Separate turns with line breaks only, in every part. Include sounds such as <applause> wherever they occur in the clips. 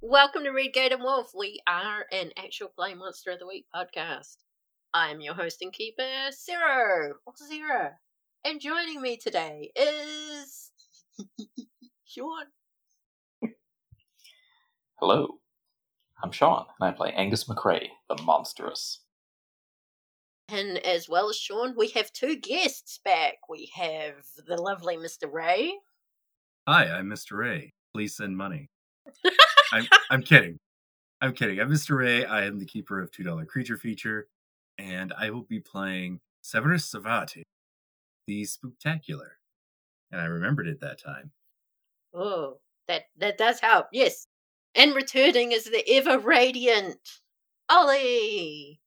Welcome to Redgate and Wolf. We are an actual play Monster of the Week podcast. I'm your host and keeper, Zero or Zero. And joining me today is Sean.
Hello, I'm Sean, and I play Angus McRae, the monstrous.
And as well as Sean, we have two guests back. We have the lovely Mr. Ray.
Hi, I'm Mr. Ray. Please send money. I'm, I'm kidding. I'm kidding. I'm Mr. Ray. I am the keeper of $2 Creature Feature, and I will be playing Severus Savati, the Spooktacular. And I remembered it that time.
Oh, that, that does help, yes. And returning is the ever radiant Ollie.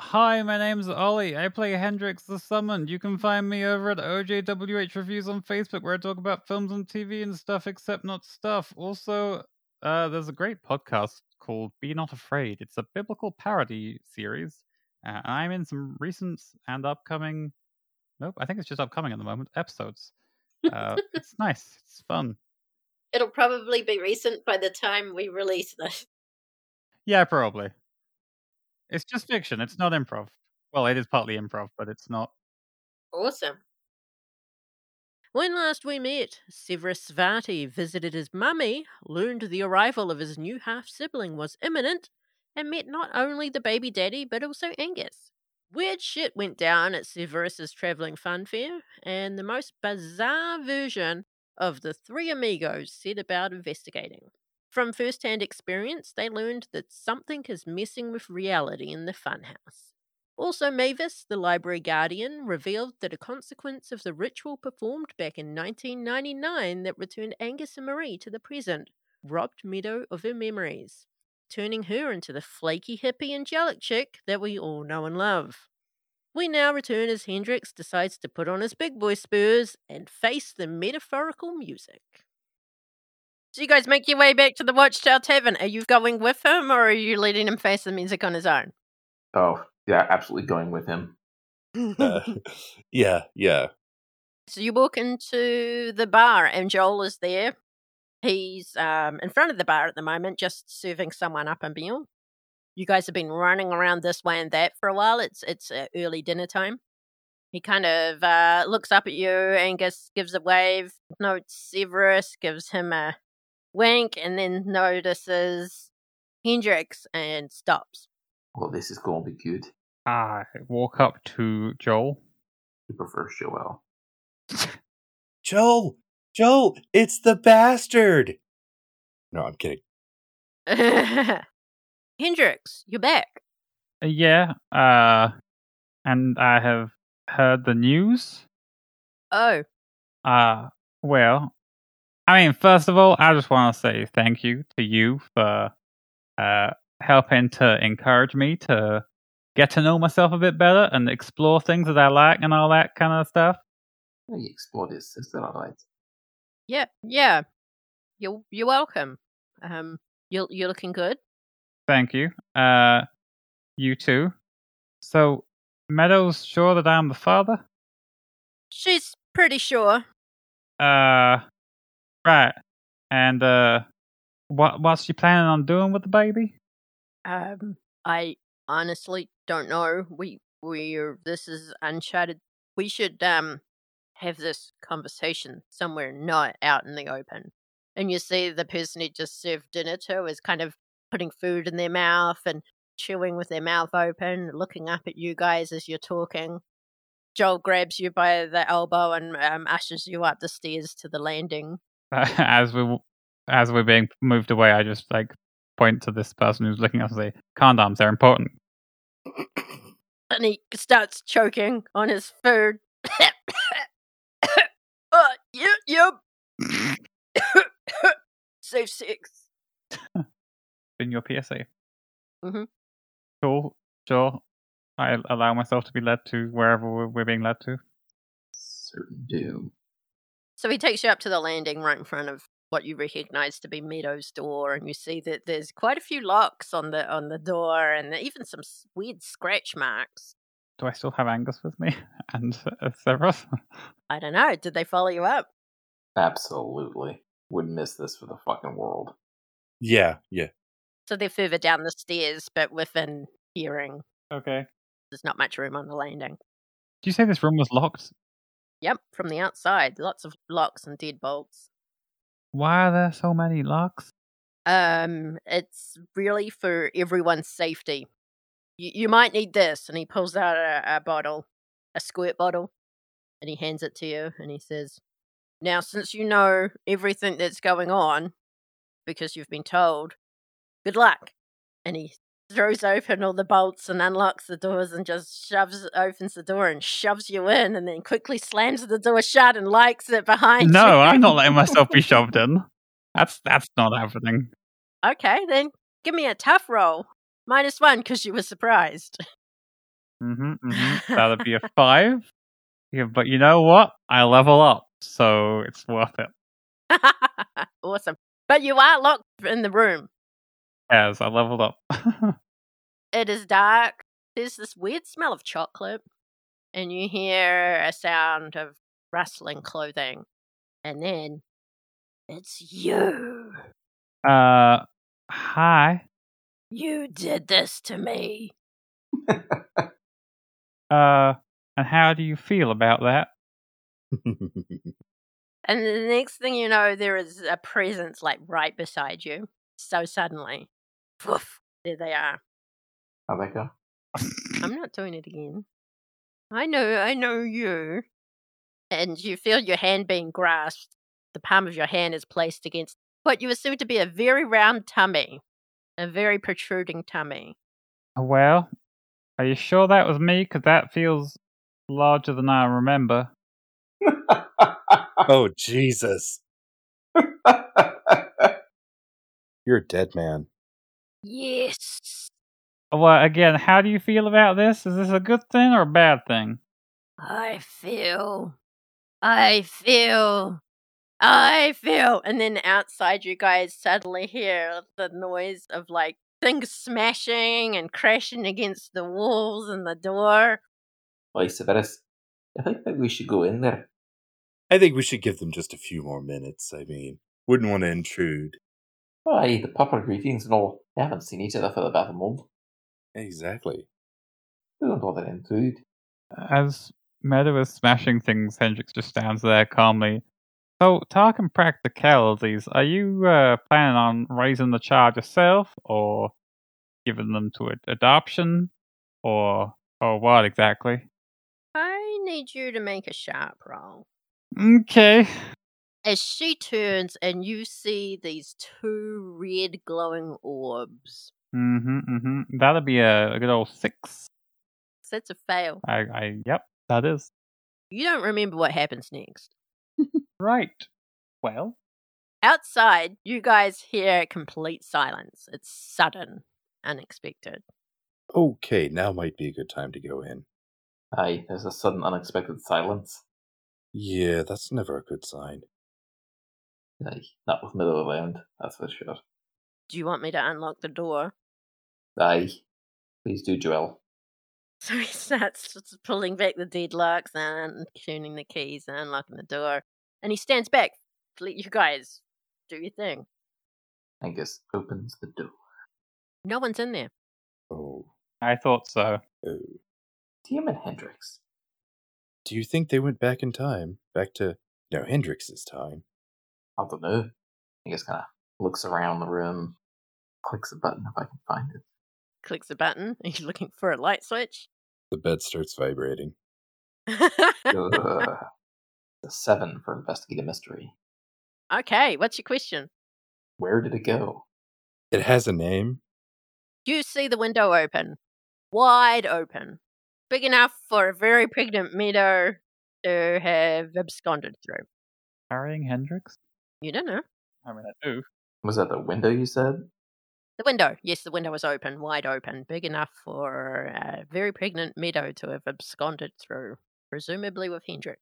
Hi, my name's Ollie. I play Hendrix the Summoned. You can find me over at OJWH Reviews on Facebook, where I talk about films and TV and stuff, except not stuff. Also, uh, there's a great podcast called Be Not Afraid. It's a biblical parody series. Uh, and I'm in some recent and upcoming, nope, I think it's just upcoming at the moment, episodes. Uh, it's nice. It's fun.
It'll probably be recent by the time we release this.
Yeah, probably. It's just fiction. It's not improv. Well, it is partly improv, but it's not.
Awesome. When last we met, Severus Svati visited his mummy, learned the arrival of his new half sibling was imminent, and met not only the baby daddy but also Angus. Weird shit went down at Severus's travelling fun fair, and the most bizarre version of the three amigos set about investigating. From first hand experience, they learned that something is messing with reality in the funhouse. Also, Mavis, the library guardian, revealed that a consequence of the ritual performed back in 1999 that returned Angus and Marie to the present robbed Meadow of her memories, turning her into the flaky, hippie, angelic chick that we all know and love. We now return as Hendrix decides to put on his big boy spurs and face the metaphorical music. So you guys make your way back to the Watchtower Tavern. Are you going with him or are you letting him face the music on his own?
Oh, yeah, absolutely going with him.
Uh, <laughs> yeah, yeah.
So you walk into the bar, and Joel is there. He's um, in front of the bar at the moment, just serving someone up a meal. You guys have been running around this way and that for a while. It's it's uh, early dinner time. He kind of uh, looks up at you. Angus gives a wave, notes Severus, gives him a wink, and then notices Hendrix and stops. <laughs>
Well, this is going to be good.
I walk up to Joel.
You prefer Joel.
Joel, Joel, it's the bastard. No, I'm kidding.
Hendrix, you're back.
Uh, Yeah, uh, and I have heard the news.
Oh,
Uh, well, I mean, first of all, I just want to say thank you to you for uh, helping to encourage me to get to know myself a bit better and explore things that I like and all that kind of stuff.
Let me explore this. Is that alright?
yeah, yeah. You're you're welcome. Um, you're you're looking good.
Thank you. Uh, you too. So, Meadows sure that I'm the father?
She's pretty sure.
Uh, right. And uh, what what's she planning on doing with the baby? <laughs>
Um, I honestly don't know. We we're this is uncharted. We should um have this conversation somewhere not out in the open. And you see, the person who just served dinner to is kind of putting food in their mouth and chewing with their mouth open, looking up at you guys as you're talking. Joel grabs you by the elbow and um, ushers you up the stairs to the landing.
as we as we're being moved away, I just like point to this person who's looking at us and say, "Condoms, they're important."
and he starts choking on his food. <coughs> oh, you, you. <coughs> Safe six.
In your PSA.
Mhm.
Cool. Sure. I allow myself to be led to wherever we're, we're being led to.
Certain doom.
So he takes you up to the landing right in front of what you recognize to be Meadow's door, and you see that there's quite a few locks on the on the door, and even some s- weird scratch marks.
Do I still have Angus with me <laughs> and uh, Severus? <laughs>
I don't know. Did they follow you up?
<laughs> Absolutely. Wouldn't miss this for the fucking world.
Yeah, <laughs> yeah.
So they're further down the stairs, but within hearing.
Okay.
There's not much room on the landing.
Do you say this room was locked?
Yep, from the outside, lots of locks and deadbolts.
Why are there so many locks?
Um, it's really for everyone's safety. You, you might need this. And he pulls out a, a bottle, a squirt bottle, and he hands it to you. And he says, Now, since you know everything that's going on, because you've been told, good luck. And he throws open all the bolts and unlocks the doors and just shoves, opens the door and shoves you in, and then quickly slams the door shut and likes it behind you.
No, I'm
<laughs>
not letting myself be shoved in. That's that's not happening.
Okay, then give me a tough roll. Minus one because you were surprised. <laughs>
hmm That'd be a five. Yeah, but you know what? I level up, so it's worth it.
awesome. But you are locked in the room.
Yes, I leveled up. <laughs>
It is dark. There's this weird smell of chocolate. And you hear a sound of rustling clothing. And then it's you.
uh, hi.
You did this to me.
Uh, and how do you feel about that?
And the next thing you know, there is a presence like right beside you. So suddenly, woof, there they are.
How'd that go?
I'm not doing it again. I know, I know you. And you feel your hand being grasped. The palm of your hand is placed against what you assume to be a very round tummy, a very protruding tummy.
Uh, well, are you sure that was me? Because that feels larger than I remember.
oh, Jesus. You're a dead man.
Yes.
Uh, Well, again, how do you feel about this? Is this a good thing or a bad thing?
I feel. I feel. I feel. And then outside, you guys suddenly hear the noise of like things smashing and crashing against the walls and the door.
Why, Severus, I think maybe we should go in there.
I think we should give them just a few more minutes. I mean, wouldn't want to intrude.
Why, the proper greetings and all. They haven't seen each other for about a month.
Exactly.
We don't bother them, dude.
As Meta was smashing things, Hendrix just stands there calmly. So, talking practicalities, are you uh, planning on raising the child yourself, or giving them to ad- adoption, or or what exactly?
I need you to make a sharp roll.
Okay.
As she turns and you see these two red glowing orbs.
Mm-hmm. Mm-hmm. That'll be a, a good old six.
So that's a fail.
I, I. Yep. That is
You don't remember what happens next.
right. Well.
Outside, you guys hear complete silence. It's sudden, unexpected.
Okay, now might be a good time to go in.
Aye, there's a sudden unexpected silence.
Yeah, that's never a good sign.
Aye, not with middle around, that's for sure.
Do you want me to unlock the door? <laughs>
Aye. Please do, Joel.
So he starts just pulling back the deadlocks and tuning the keys and unlocking the door. And he stands back to let you guys do your thing.
Angus opens the door.
No one's in there.
Oh,
I thought so.
oh.
Damn it, Hendrix.
Do you think they went back in time? Back to, no, Hendrix's time.
I don't know. Angus kind of looks around the room, clicks a button if I can find it.
Clicks a button. He's looking for a light switch. <laughs>
The bed starts vibrating.
Ugh. a seven for investigate a mystery.
okay, what's your question?
Where did it go?
It has a name.
You see the window open, wide open, big enough for a very pregnant meadow to have absconded through.
Carrying Hendrix.
You don't know.
I mean, I do.
Was that the window you said?
The window. Yes, the window was open, wide open, big enough for a very pregnant meadow to have absconded through, presumably with Hendrix.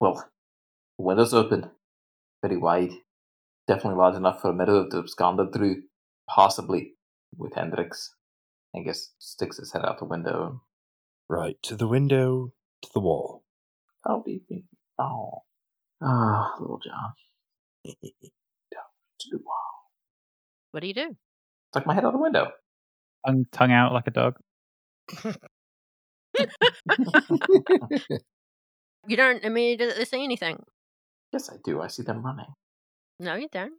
Well, the window's open, very wide, definitely large enough for a meadow to abscond it through, possibly with Hendrix. Angus sticks his head out the window.
Right, to the window, to the wall.
How do you think? Oh, ah, <laughs> little John. Down to the wall.
What do <laughs> you do?
Stuck my head out the window. <laughs>
Tongue, tongue out like a dog.
You don't immediately see anything.
yes, I do. I see them running.
No, you don't.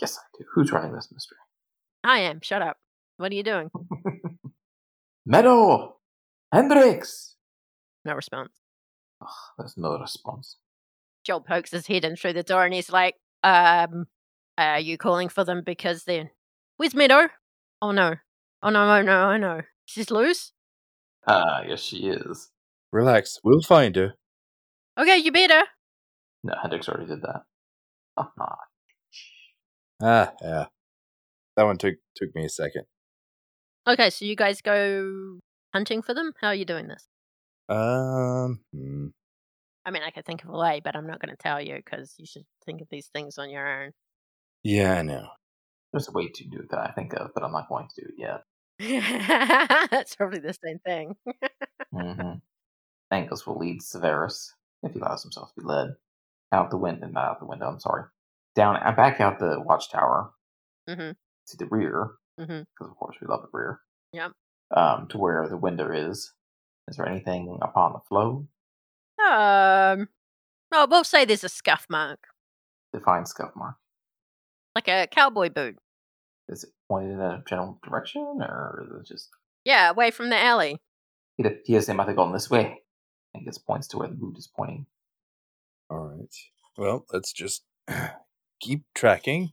Yes, I do. Who's running this mystery?
I am. Shut up. What are you doing?
Meadow! Hendrix!
No response.
There's no response.
Joel pokes his head in through the door and he's like, um, are you calling for them because then where's Meadow? Oh no. Oh no, oh no, oh no. She's loose?
Ah, yes, she is.
Relax. We'll find her.
Okay, you better.
No, Hendrix already did that. Ah,
Ah, yeah. That one took took me a second.
Okay, so you guys go hunting for them? How are you doing this?
Um, hmm.
I mean, I could think of a way, but I'm not going to tell you because you should think of these things on your own. <laughs>
yeah, I know.
there's a way to do it that I think of, but I'm not going to do it yet.
That's probably the same thing.
hmm Angus will lead Severus, if he allows himself to be led, out the window, not out the window, I'm sorry, down, uh, back out the watchtower
Mhm.
to the rear, because
Mhm.
of course we love the rear.
Yep.
Um, to where the window is. Is there anything upon the flow?
Um, well, we'll say there's a scuff mark,
Define scuff mark.
like a cowboy boot.
Is it pointed in a general direction, or is it just
Yeah, away from the alley.
he he has him, I think, on this way. I guess points to where the boot is pointing.
All right. Well, let's just <clears throat> keep tracking.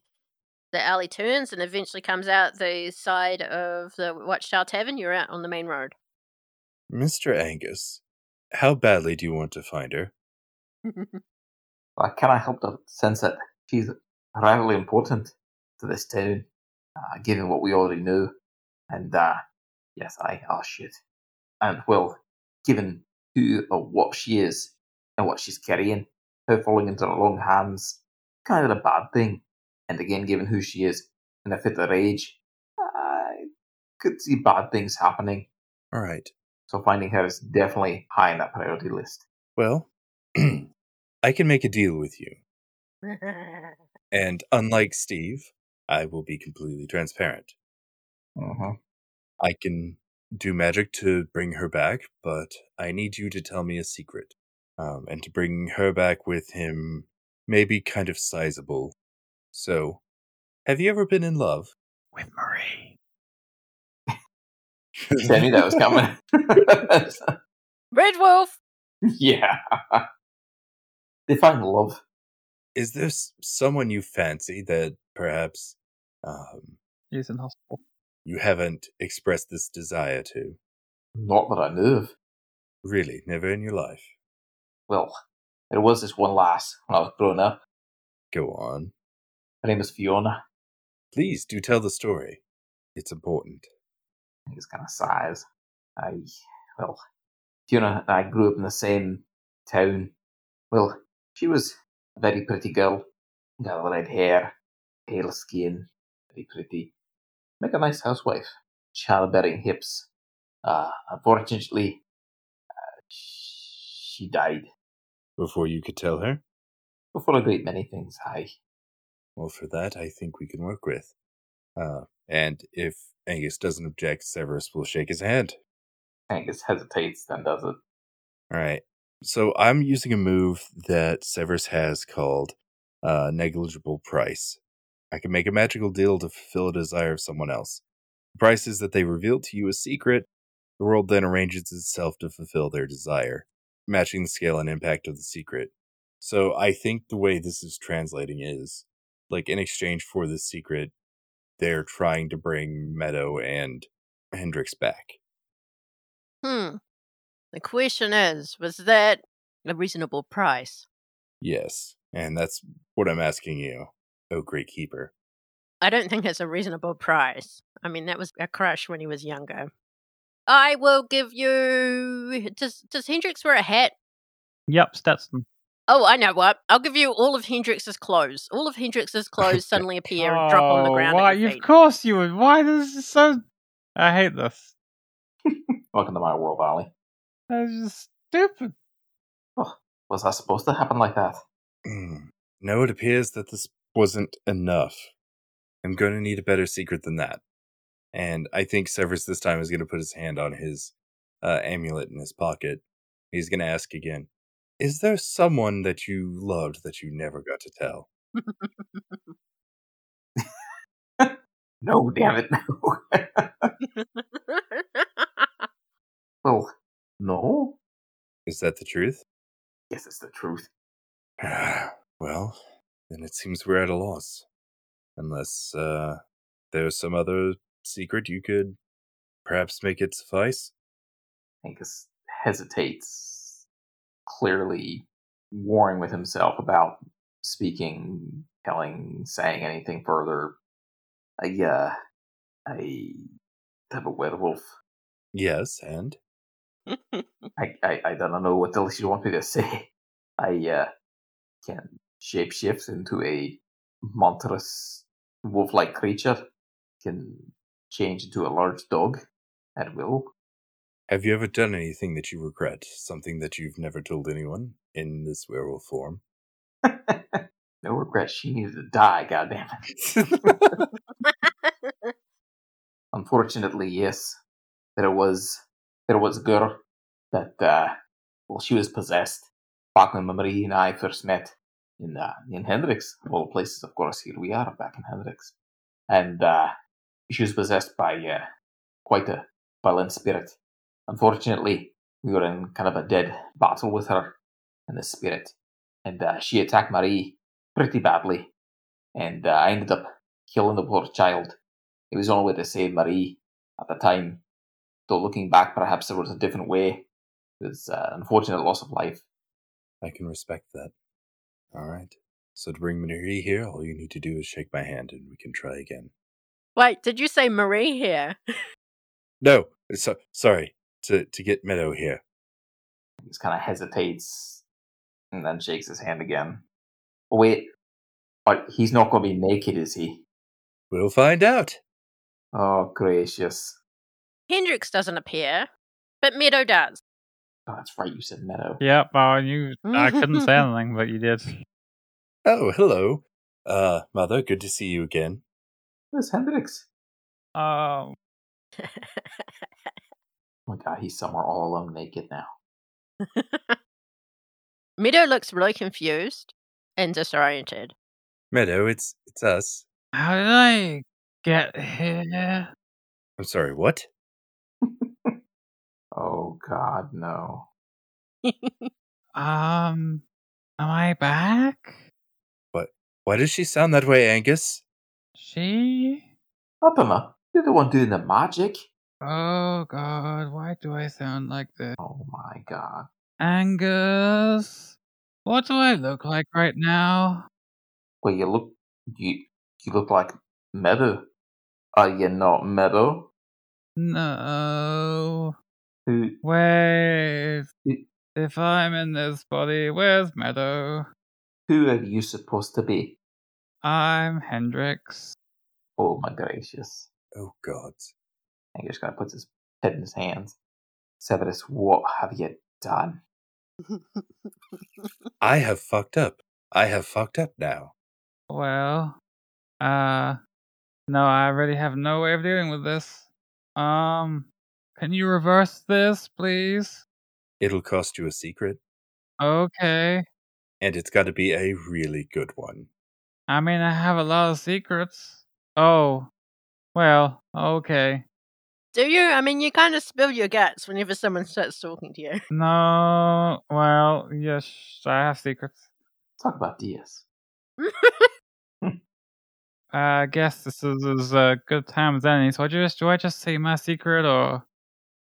The alley turns and eventually comes out the side of the Watchtower Tavern. You're out on the main
<laughs>
road.
Mr. Angus, how badly do you want to find her?
I cannot help the sense that she's rather important to this town, uh, given what we already know. And uh, yes, I oh shit, and well, given who or what she is and what she's carrying, her falling into the wrong hands, kind of a bad thing. And again, given who she is and the fit of her age, I could see bad things happening.
All right.
So finding her is definitely high on that priority list.
Well, <clears throat> I can make a deal with you. And unlike Steve, I will be completely transparent.
Mhm.
I can do magic to bring her back, but I need you to tell me a secret. Um, and to bring her back with him may be kind of sizable. So, have you ever been in love?
With Marie.
I knew
<laughs>
that was coming. <laughs>
Red Wolf.
Yeah. they find love.
Is there s- someone you fancy that perhaps um,
He's in hospital.
you haven't expressed this desire to?
Not that I knew of.
Really, never in your life.
Well, there was this one lass when I was growing up.
Go on.
Her name was Fiona.
Please do tell the story. It's important.
I think it's kind of size. I, well, Fiona and I grew up in the same town. Well, she was a very pretty girl. Got red hair, pale skin, very pretty. Make a nice housewife. Childbearing hips. Uh, unfortunately, uh, she died
Before you could tell her?
before a great many things. I
Well, for that, I think we can work with. Uh, and if Angus doesn't object, Severus will shake his hand.
Angus hesitates, then does it.
All right. So I'm using a move that Severus has called uh, negligible price. I can make a magical deal to fulfill a desire of someone else. The price is that they reveal to you a secret. The world then arranges itself to fulfill their desire, matching the scale and impact of the secret. So I think the way this is translating is like in exchange for this secret, they're trying to bring Meadow and Hendrix back.
Hmm. The question is, was that a reasonable price?
Yes, and that's what I'm asking you, oh great keeper.
I don't think it's a reasonable price. I mean, that was a crush when he was younger. I will give you. Does Does Hendrix wear a hat?
Yep, Stetson.
Oh, I know what. I'll give you all of Hendrix's clothes. All of
<laughs>
Hendrix's clothes suddenly appear and drop on the
Oh,
ground.
Why?
At your
Of
feet.
course you would. Why this is so? I hate this.
Welcome to my world, Ollie.
That's just stupid.
Was that supposed to happen like that?
Hmm. no, it appears that this wasn't enough. I'm going to need a better secret than that. And I think Severus this time is going to put his hand on his uh, amulet in his pocket. He's going to ask again Is there someone that you loved that you never got to tell?
No, damn it, <laughs> no. well, no.
Is that the truth?
Yes, it's the truth.
<sighs> well, then it seems we're at a loss. Unless uh, there's some other secret you could perhaps make it suffice.
Angus hesitates, clearly warring with himself about speaking, telling, saying anything further. I, uh, I have a werewolf.
Yes, and
<laughs>
I, I, I don't know what else you want me to say. <laughs> I, uh, can shapeshift into a monstrous wolf-like creature, can change into a large dog at will.
have you ever done anything that you regret? Something that you've never told anyone in this werewolf form?
no regret. She needed to die. Goddamn it. Unfortunately, yes, there was there was a girl that uh, well, she was possessed. Back when Marie and I first met in uh, in Hendrix, of all places, of course, here we are back in Hendrix, and uh, she was possessed by uh, quite a violent spirit. Unfortunately, we were in kind of a dead battle with her and the spirit, and uh, she attacked Marie pretty badly, and uh, I ended up killing the poor child. It was the only way to save Marie at the time. Though looking back, perhaps there was a different way. It was uh, an unfortunate loss of life.
I can respect that. All right. So to bring Marie here, all you need to do is shake my hand and we can try again.
Wait, did you say Marie here?
No, so, sorry. To to get Meadow here.
He just kind of hesitates and then shakes his hand again. Oh, wait, but he's not going to be naked, is he?
We'll find out.
Oh, gracious.
Hendrix doesn't appear, but Meadow does.
Oh, that's right, you said Meadow.
Yeah, well, you. I
<laughs>
couldn't say anything, but you did.
Oh, hello. Uh, mother, good to see you again.
Where's Hendrix?
Oh,
Oh my god, he's somewhere all alone naked now.
Meadow looks really confused and disoriented.
Meadow, it's it's us.
how did I get here?
I'm sorry, what?
Oh god, no.
Um, am I back?
Why does she sound that way, Angus?
She?
Upima, you're the one doing the magic.
Oh God, why do I sound like this?
Oh my god.
Angus, what do I look like right now?
Well, you look, you you look like Meadow. Are you not Meadow?
No.
Who?
Wait.
It-
If I'm in this body, where's Meadow?
Who are you supposed to be?
I'm Hendrix.
Oh my gracious.
Oh god.
And he just kind of puts his head in his hands. Severus, what have you done?
I have fucked up. I have fucked up now.
Well, uh, no, I really have no way of dealing with this. Um, can you reverse this, please?
It'll cost you a secret,
Okay.
and it's gotta be a really good one.
I mean, I have a lot of secrets. Oh, well, okay.
Do you? I mean, you kind of spill your guts whenever someone starts talking to you. <laughs>
No, well, yes, I have secrets.
Talk about Diaz.
I guess this is as uh, good time as any. So I just do I just say my secret or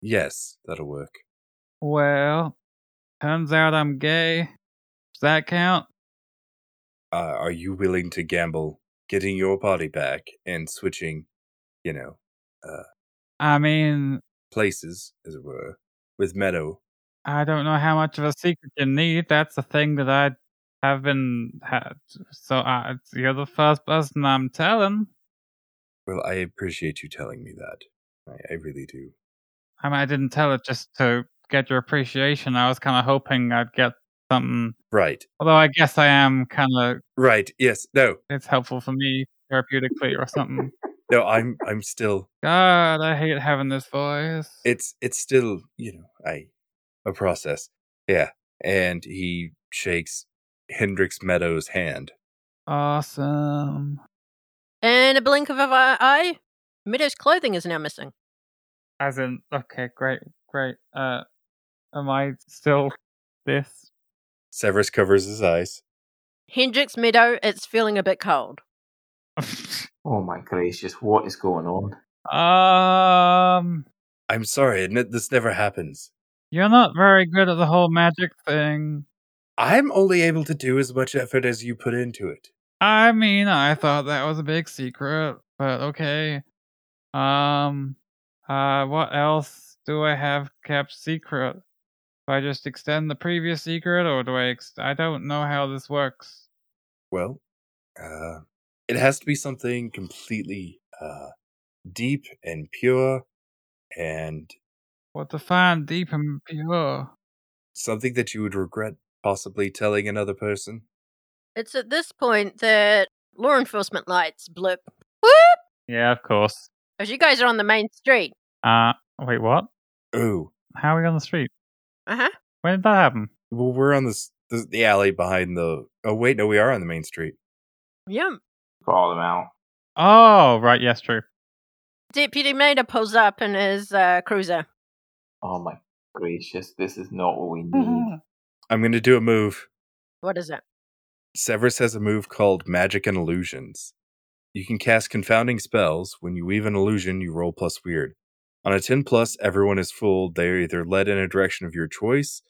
Yes, that'll work.
well, turns out I'm gay. Does that count?
Uh, are you willing to gamble getting your body back and switching, you know,
I mean,
places, as it were, with Meadow?
I don't know how much of a secret you need. That's the thing that I have been had. So I, you're the first person I'm telling.
Well, I appreciate you telling me that. I, I really do.
I mean, I didn't tell it just to get your appreciation. I was kind of hoping I'd get something.
Right,
Although I guess I am kind of.
right, yes, no,
It's helpful for me therapeutically or something.
No, I'm I'm still
God, I hate having this voice.
it's it's still you know a a process yeah and he shakes hendrix meadows hand
awesome.
In a blink of an eye, Meadow's clothing is now missing.
As in, okay, great, great. Uh, am I still this? <laughs>
severus covers his eyes
Hendrix Meadow, it's feeling a bit cold.
Oh my gracious, what is going on?
um,
i'm sorry and it- this never happens
you're not very good at the whole magic thing.
i'm only able to do as much effort as you put into it
I mean, I thought that was a big secret, but okay. Um, uh, what else do I have kept secret? Do I just extend the previous secret, or do I? Ex- I don't know how this works.
well uh it has to be something completely uh deep and pure and
What to find deep and pure?
something that you would regret possibly telling another person
It's at this point that law enforcement lights blip. Whoop!
Yeah, of course.
As you guys are on the main street.
Uh, wait, what?
oh
How are we on the street?
Uh huh.
When did that happen?
well we're on this, this the alley behind the oh wait no we are on the main street
Yum.
Call them out.
Oh, right, yes, <laughs> true.
Deputy Maida pulls up in his uh, cruiser.
Oh my gracious, this is not what we need.
I'm going to do a move.
What is it?
Severus has a move called Magic and Illusions. You can cast confounding spells. When you weave an illusion, you roll plus weird. On a 10 plus, everyone is fooled. They are either led in a direction of your choice,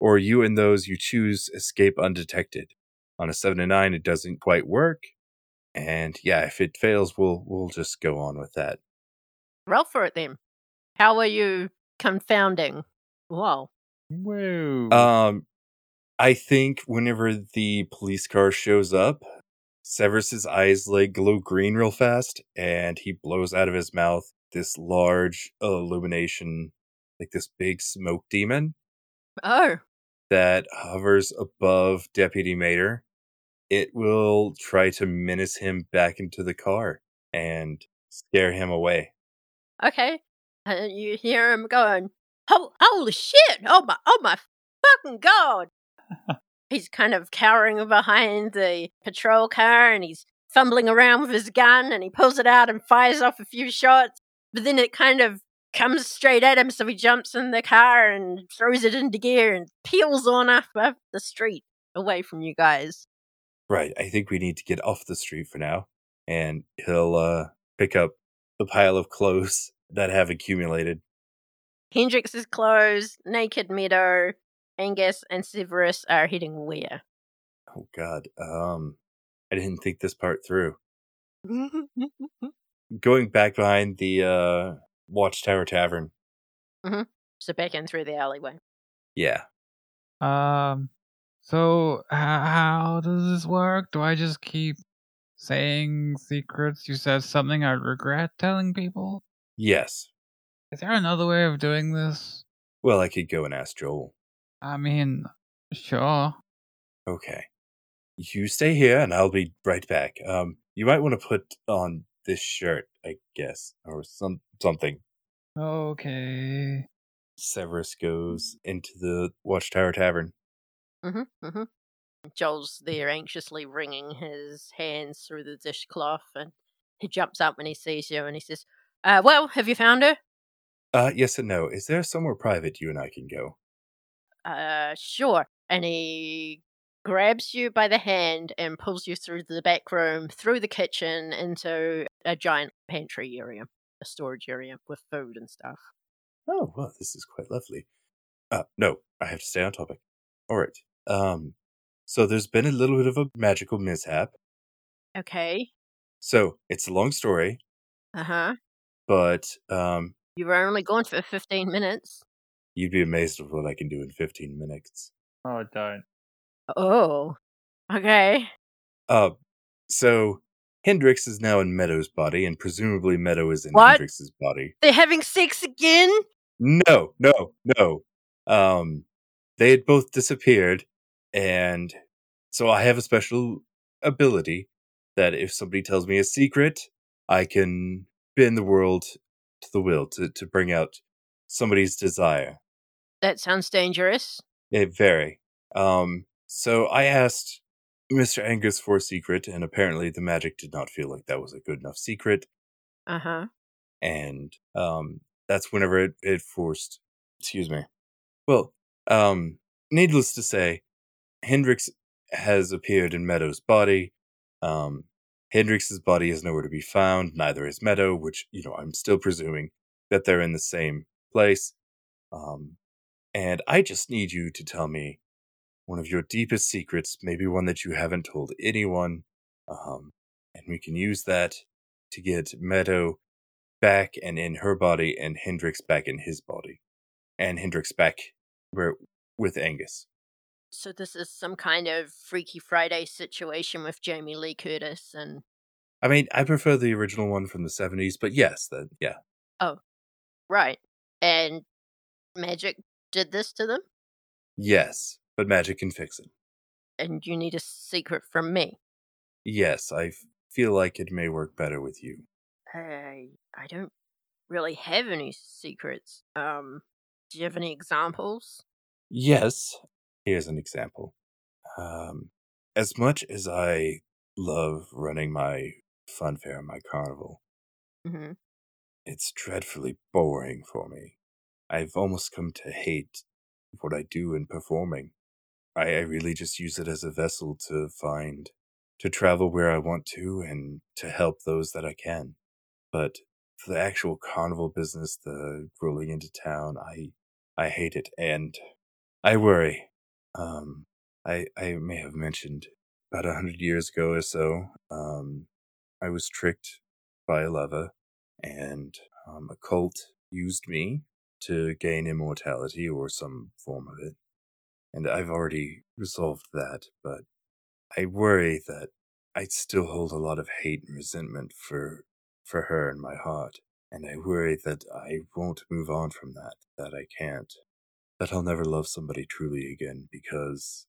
or you and those you choose escape undetected. On a 7 to 9, it doesn't quite work. And yeah, if it fails, we'll we'll just go on with that.
Roll for it then. How are you confounding? Whoa.
Whoa.
Um, I think whenever the police car shows up, Severus's eyes like glow green real fast, and he blows out of his mouth this large illumination, like this big smoke demon
Oh.
that hovers above Deputy Mater. It will try to menace him back into the car and scare him away.
Okay. And you hear him going, oh, holy shit! Oh my, oh my fucking <laughs> god! he's kind of cowering behind the patrol car and he's fumbling around with his gun and he pulls it out and fires off a few shots. But then it kind of comes straight at him, so he jumps in the car and throws it into gear and peels on up up the street away from you guys.
Right, I think we need to get off the street for now, and he'll uh, pick up the pile of clothes <laughs> that have accumulated.
Hendrix is closed, Naked Meadow, Angus, and Severus are heading where?
Oh God, um, I didn't think this part through. Going back behind the uh, Watchtower Tavern,
So back in through the alleyway.
yeah,
Um. So h- how does this work? Do I just keep saying secrets? You said something I regret telling people.
yes.
Is there another way of doing this?
Well, I could go and ask Joel.
I mean, sure.
Okay, you stay here, and I'll be right back. Um, you might want to put on this shirt, I guess, or some something.
Okay.
Severus goes into the Watchtower Tavern.
Mm-hmm, mm-hmm. Joel's there anxiously wringing his hands through the dishcloth, and he jumps up when he sees you and he says, uh, Well, have you found her?
Uh, yes and no. Is there somewhere private you and I can go?
Uh, sure. And he grabs you by the hand and pulls you through the back room, through the kitchen, into a giant pantry area, a storage area with food and stuff.
Oh, well, this is quite lovely. Uh, no, I have to stay on topic. All right. Um, so there's been a little bit of a magical mishap.
Okay.
So it's a long story,
Uh huh.
but um,
You were only gone for 15 minutes.
you'd be amazed with what I can do in 15 minutes.
Oh, don't.
Oh. Okay.
Uh, so Hendrix is now in Meadow's body, and presumably Meadow is in
What?
Hendrix's body.
They're having sex again?
No, no, no. Um, they had both disappeared, and so I have a special ability that if somebody tells me a secret, I can bend the world to the will to, to bring out somebody's desire.
That sounds dangerous.
It very. Um, so I asked Mr. Angus for a secret, and apparently the magic did not feel like that was a good enough secret.
Uh huh.
And um, that's whenever it, it forced, excuse me. Well, um, needless to say, Hendrix has appeared in Meadow's body. Um, Hendrix's body is nowhere to be found, neither is Meadow, which, you know, I'm still presuming that they're in the same place. Um, and I just need you to tell me one of your deepest secrets, maybe one that you haven't told anyone. Um, and we can use that to get Meadow back and in her body and Hendrix back in his body. And Hendrix back where with Angus.
So this is some kind of Freaky Friday situation with Jamie Lee Curtis and
I mean, I prefer the original one from the 70s, but yes, that yeah.
right. And magic did this to them,
Yes, but magic can fix it.
and you need a secret from me.
Yes, I f- feel like it may work better with you.
I I don't really have any secrets. Um, do you have any examples?
Yes. Here's an example. Um, as much as I love running my fun fair and my carnival,
Mm-hmm.
it's dreadfully boring for me. I've almost come to hate what I do in performing. I, I really just use it as a vessel to find, to travel where I want to and to help those that I can. But for the actual carnival business, the rolling into town, I, I hate it and I worry. Um, I, I may have mentioned about a hundred years ago or so, um, I was tricked by a lover and um, a cult used me to gain immortality or some form of it. And I've already resolved that, but I worry that I still hold a lot of hate and resentment for for her in my heart, and I worry that I won't move on from that, that I can't, that I'll never love somebody truly again because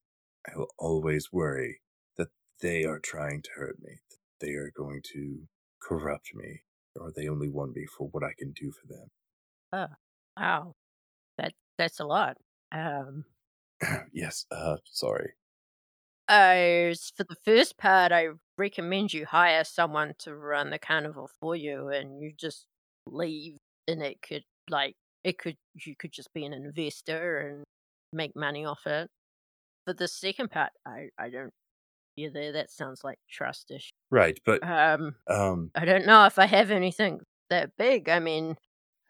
I will always worry that they are trying to hurt me, that they are going to corrupt me, or they only want me for what I can do for them.
Wow, that that's a lot. Um,
yes, uh, sorry.
as Oh, for the first part, I recommend you hire someone to run the carnival for you, and you just leave, and it could like it could you could just be an investor and make money off it. But the second part, I I don't. Yeah, there. That sounds like trust issue.
Right, but
Um,
um,
I don't know if I have anything that big. I mean,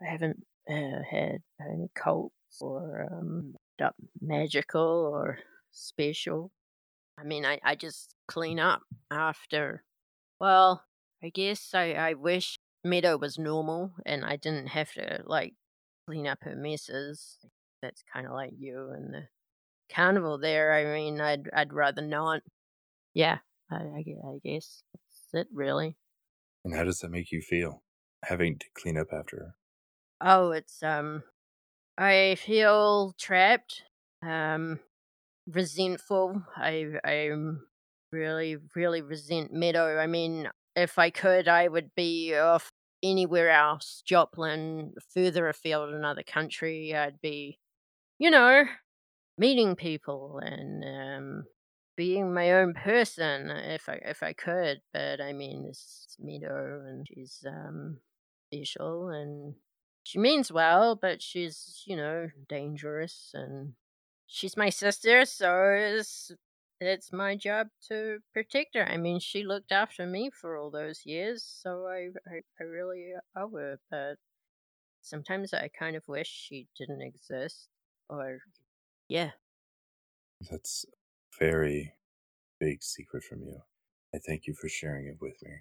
I haven't uh, had any cults or um, up magical or special. I mean, I, I just clean up after. Well, I guess I, I wish Meadow was normal and I didn't have to, like, clean up her messes. That's kind of like you and the carnival there. I mean, I'd, I'd rather not. Yeah, I, I gue- I guess that's it, really.
and how does that make you feel having to clean up after her?
Oh, it's um I feel trapped, um resentful. I I'm really, really resent Meadow. I mean, if I could I would be off anywhere else, Joplin, further afield another country. I'd be you know, meeting people and um being my own person if I if I could, but I mean this Meadow and she's um special and she means well, but she's, you know, dangerous and she's my sister, so it's it's my job to protect her. I mean, she looked after me for all those years, so I I, I really owe her, but sometimes I kind of wish she didn't exist or yeah.
That's a very big secret from you. I thank you for sharing it with me.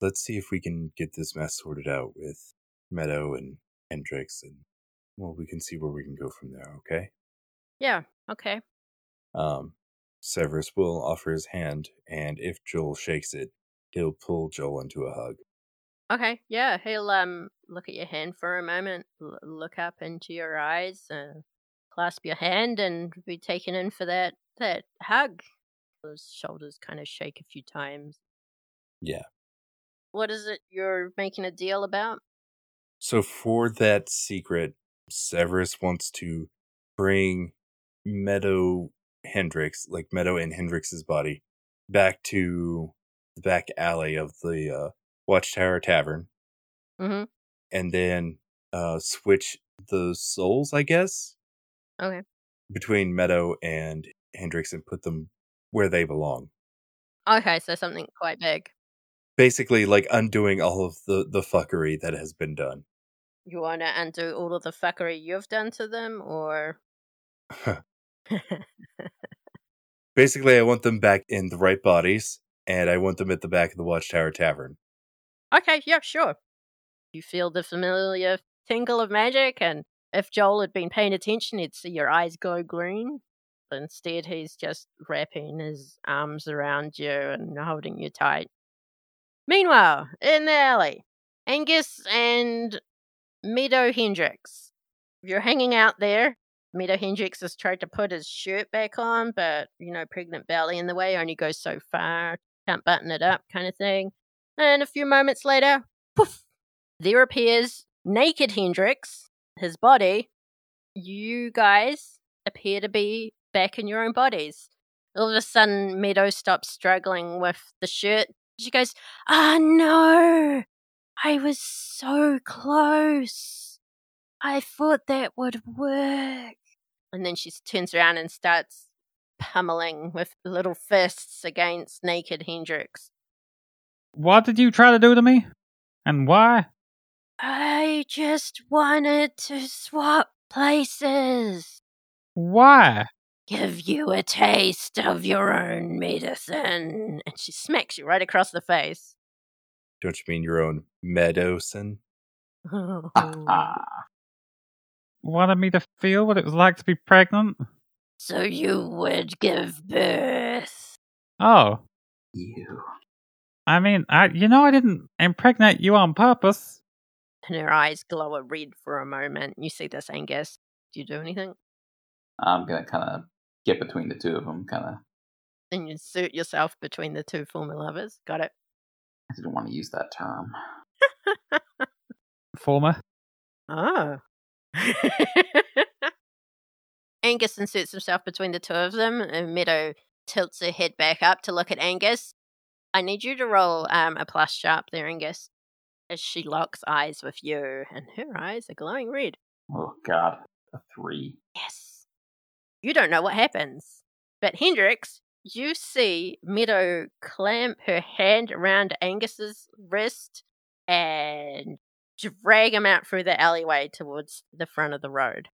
Let's see if we can get this mess sorted out with Meadow and Hendrix, and well, we can see where we can go from there. Okay.
Yeah, okay.
Um, Severus will offer his hand, and if Joel shakes it, he'll pull Joel into a hug.
Okay, yeah, he'll um look at your hand for a moment, l- look up into your eyes, uh, clasp your hand, and be taken in for that that hug. His shoulders kind of shake a few times.
Yeah.
What is it you're making a deal about?
So for that secret, Severus wants to bring Meadow Hendrix, like Meadow and Hendrix's body, back to the back alley of the uh, Watchtower Tavern,
Mm-hmm.
and then uh, switch the souls, I guess.
Okay.
Between Meadow and Hendrix, and put them where they belong.
Okay, so something quite big.
Basically, like undoing all of the the fuckery that has been done.
You want to undo all of the fuckery you've done to them, or
<laughs> Basically, I want them back in the right bodies, and I want them at the back of the Watchtower Tavern.
Okay, yeah, sure. You feel the familiar tingle of magic, and if Joel had been paying attention, he'd see your eyes go green. But instead, he's just wrapping his arms around you and holding you tight. Meanwhile, in the alley, Angus and Meadow Hendricks. You're hanging out there. Meadow Hendricks has tried to put his shirt back on, but, you know, pregnant belly in the way only goes so far. Can't button it up, kind of thing. And a few moments later, poof, there appears naked Hendrix, his body. You guys appear to be back in your own bodies. All of a sudden, Meadow stops struggling with the shirt. She goes, Ah, no! I was so close. I thought that would work. And then she turns around and starts pummeling with little fists against naked Hendrix.
What did you try to do to me? And why?
I just wanted to swap places.
Why?
Give you a taste of your own medicine. And she smacks you right across the face. <laughs>
Don't you mean your own Meadowson?
Wanted me to feel what it was like to be pregnant?
so you would give birth.
Oh,
<laughs> you.
I mean, I you know I didn't impregnate you on purpose.
And her eyes glow a red for a moment. You see this, Angus. Do you do anything?
I'm gonna kind of get between the two of them. Kind of.
Then you insert yourself between the two former lovers. Got it?
I didn't want to use that term.
Former.
Oh. <laughs> Angus inserts himself between the two of them, and Meadow tilts her head back up to look at Angus. I need you to roll um, a plus sharp there, Angus, as she locks eyes with you, and her eyes are glowing red.
Oh God, a three.
Yes. You don't know what happens. But Hendrix, you see Meadow clamp her hand around Angus's wrist and drag him out through the alleyway towards the front of the road.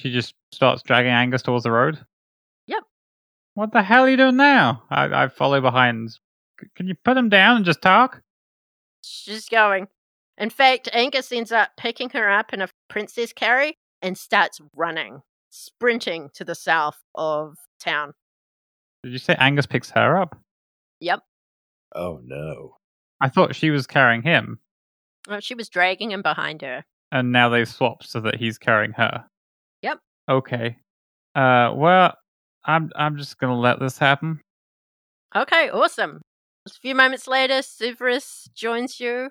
She just starts dragging Angus towards the road.
Yep.
What the hell are you doing now? I, I follow behind. C- Can you put him down and just talk?
She's going. In fact, Angus ends up picking her up in a princess carry and starts running, sprinting to the south of town.
Did you say Angus picks her up?
Oh no.
I thought she was carrying him,
Oh, she was dragging him behind her.
and now they've swapped so that he's carrying her.
Yep.
Okay. Uh, well, I'm I'm just gonna let this happen.
Okay, awesome. A few moments later, Severus joins you.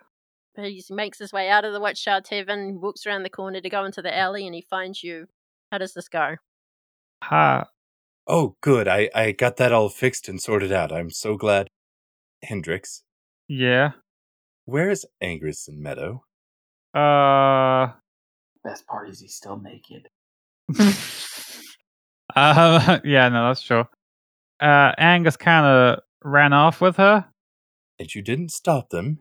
He makes his way out of the Watchtower Tavern, walks around the corner to go into the alley, and he finds you. How does this go?
Ha.
Oh, good. I, I got that all fixed and sorted out. I'm so glad. Hendrix,
Yeah.
where is Angus and Meadow?
Uh.
Best part is he's still naked.
uh, <laughs> yeah, no, that's sure. Uh, Angus kind of ran off with her.
And you didn't stop them.